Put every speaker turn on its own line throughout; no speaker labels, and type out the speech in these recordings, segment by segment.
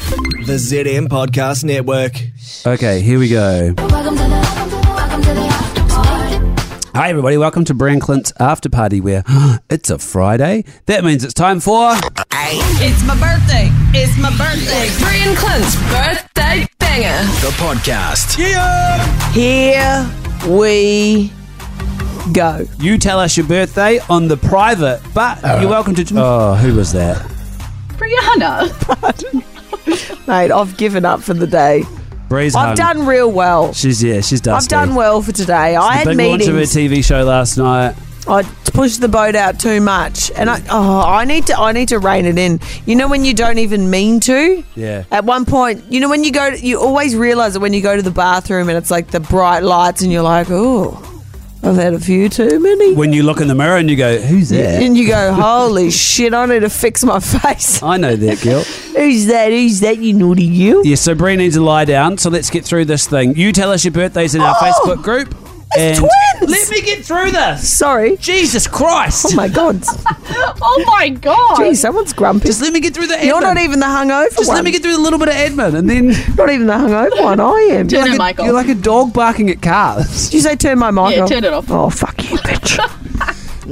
The ZM Podcast Network.
Okay, here we go.
Welcome to the, welcome to the after party.
Hi, everybody. Welcome to Brian Clint's After Party, where it's a Friday. That means it's time for.
It's my birthday. It's my birthday.
Brian Clint's birthday banger.
The podcast.
Here we go.
You tell us your birthday on the private, but you're welcome to. Oh, who was that?
Brianna.
Mate, I've given up for the day.
Bree's hung.
I've done real well.
She's, yeah, she's done.
I've done well for today. I
Big
had
launch of her
meetings.
TV show last night.
I pushed the boat out too much, and I oh, I need to I need to rein it in. You know when you don't even mean to.
Yeah.
At one point, you know when you go, you always realize that when you go to the bathroom and it's like the bright lights, and you're like, oh, I've had a few too many.
When you look in the mirror and you go, who's that?
And you go, holy shit, I need to fix my face.
I know that girl.
Who's that? Who's that, you naughty you?
Yeah, so Bree needs to lie down. So let's get through this thing. You tell us your birthdays in our
Oh!
Facebook group.
It's twins!
Let me get through this.
Sorry.
Jesus Christ.
Oh my god.
Oh my god.
Gee, someone's grumpy.
Just let me get through the admin.
You're not even the hungover
Just
one.
let me get through the little bit of admin and then
not even the hungover one. I am.
Turn
Did
it,
you're like a,
Michael.
you're like a dog barking at cars.
you say turn my mic
Yeah,
off?
turn it off.
Oh fuck you, bitch.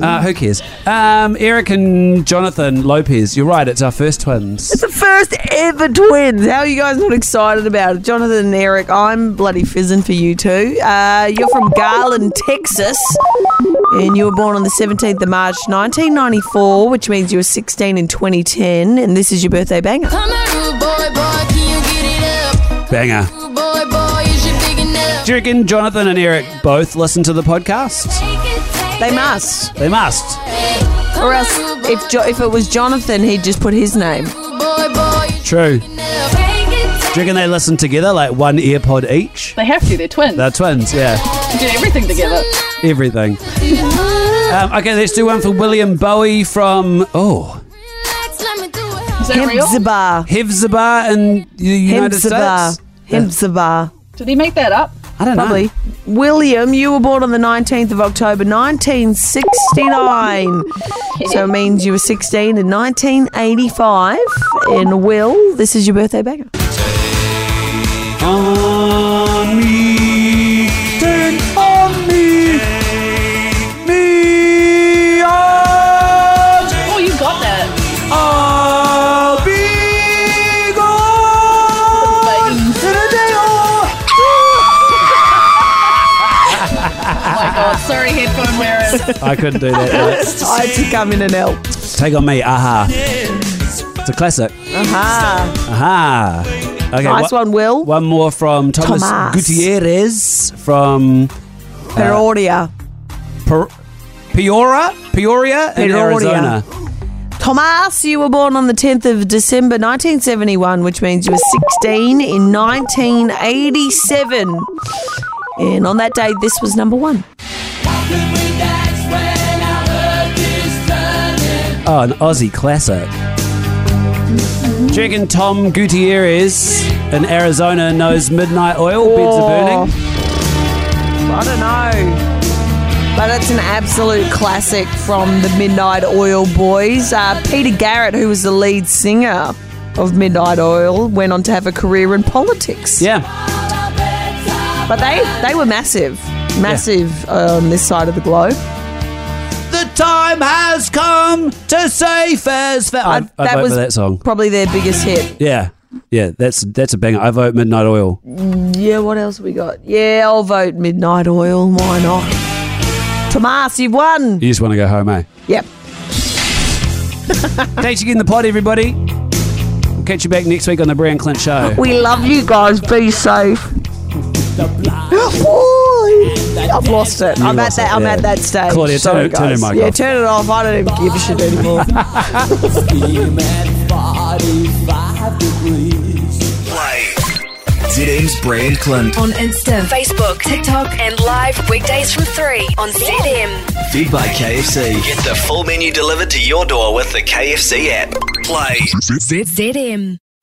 Uh, who cares? Um, Eric and Jonathan Lopez. You're right. It's our first twins.
it's the first ever twins. How are you guys not excited about it? Jonathan and Eric, I'm bloody fizzing for you two. Uh, you're from Garland, Texas. And you were born on the 17th of March 1994, which means you were 16 in 2010. And this is your birthday banger.
Come on, rude boy, boy, can you get it up?
Banger.
Rude boy, boy, is you big enough?
Do you reckon Jonathan and Eric both listen to the podcast?
Take it, take
They
it,
must.
They must.
take it.
Or else, if jo- if it was Jonathan, he'd just put his name.
Rude boy, boy, is
True. Do
you big enough? Take it, take
you reckon they listen together, like one earpod each?
They have to, they're twins.
They're twins, yeah.
They did everything together.
Everything. Um, okay, let's do one for William Bowie from, oh,
Relax, let me do it.
Is that real?
Hemzibah.
Hevzibah in the United
Hemzibah.
States?
Hemzibah.
Did he make that up?
I don't
Probably.
know.
William, you were born on the 19th of October 1969. So it means you were 16 in 1985. And Will, this is your birthday banger.
On me, turn on me, me on,
Oh, you got that.
I'll be gone in a day or-
Oh, sorry, headphone wearers.
I couldn't do that. Alex.
I had to come in and help.
Take on me, aha. It's a classic.
Aha.
Aha. Okay,
Nice
wha-
one, Will.
One more from Thomas,
Tomas.
Gutierrez from
Peroria.
per- Peoria, Peoria, in
Peoria.
Arizona.
Tomas, you were born on the 10th of December 1971, which means you were 16 in 1987. And on that day, this was number one.
Oh, an Aussie classic. Do you reckon Tom Gutierrez in Arizona knows Midnight Oil, Beds Are Burning?
I don't know. But it's an absolute classic from the Midnight Oil Boys. Uh, Peter Garrett, who was the lead singer of Midnight Oil, went on to have a career in politics.
Yeah.
But they, they were massive, massive on this side of the globe.
The time has come to save us. Fa- I, I vote for that song.
probably their biggest hit.
Yeah. Yeah, that's that's a banger. I vote Midnight Oil.
Yeah, what else we got? Yeah, I'll vote Midnight Oil. Why not? Tomas, you've won.
You just want to go home, eh?
Yep.
Thanks again, the pod, everybody. We'll catch you back next week on the Brian Clint Show.
We love you guys. Be safe. Oi. I've lost it. I'm at
lost
that.
it,
I'm
yeah.
at that stage.
Claudia, turn
Sorry,
it- turn
guys.
it, Mike,
Yeah,
off.
turn it off. I don't even give a shit anymore.
ZM's Brand Clint.
On Insta, Facebook, TikTok, and live weekdays from 3 on ZM.
Fed by KFC. Get the full menu delivered to your door with the KFC app. Play.
ZM.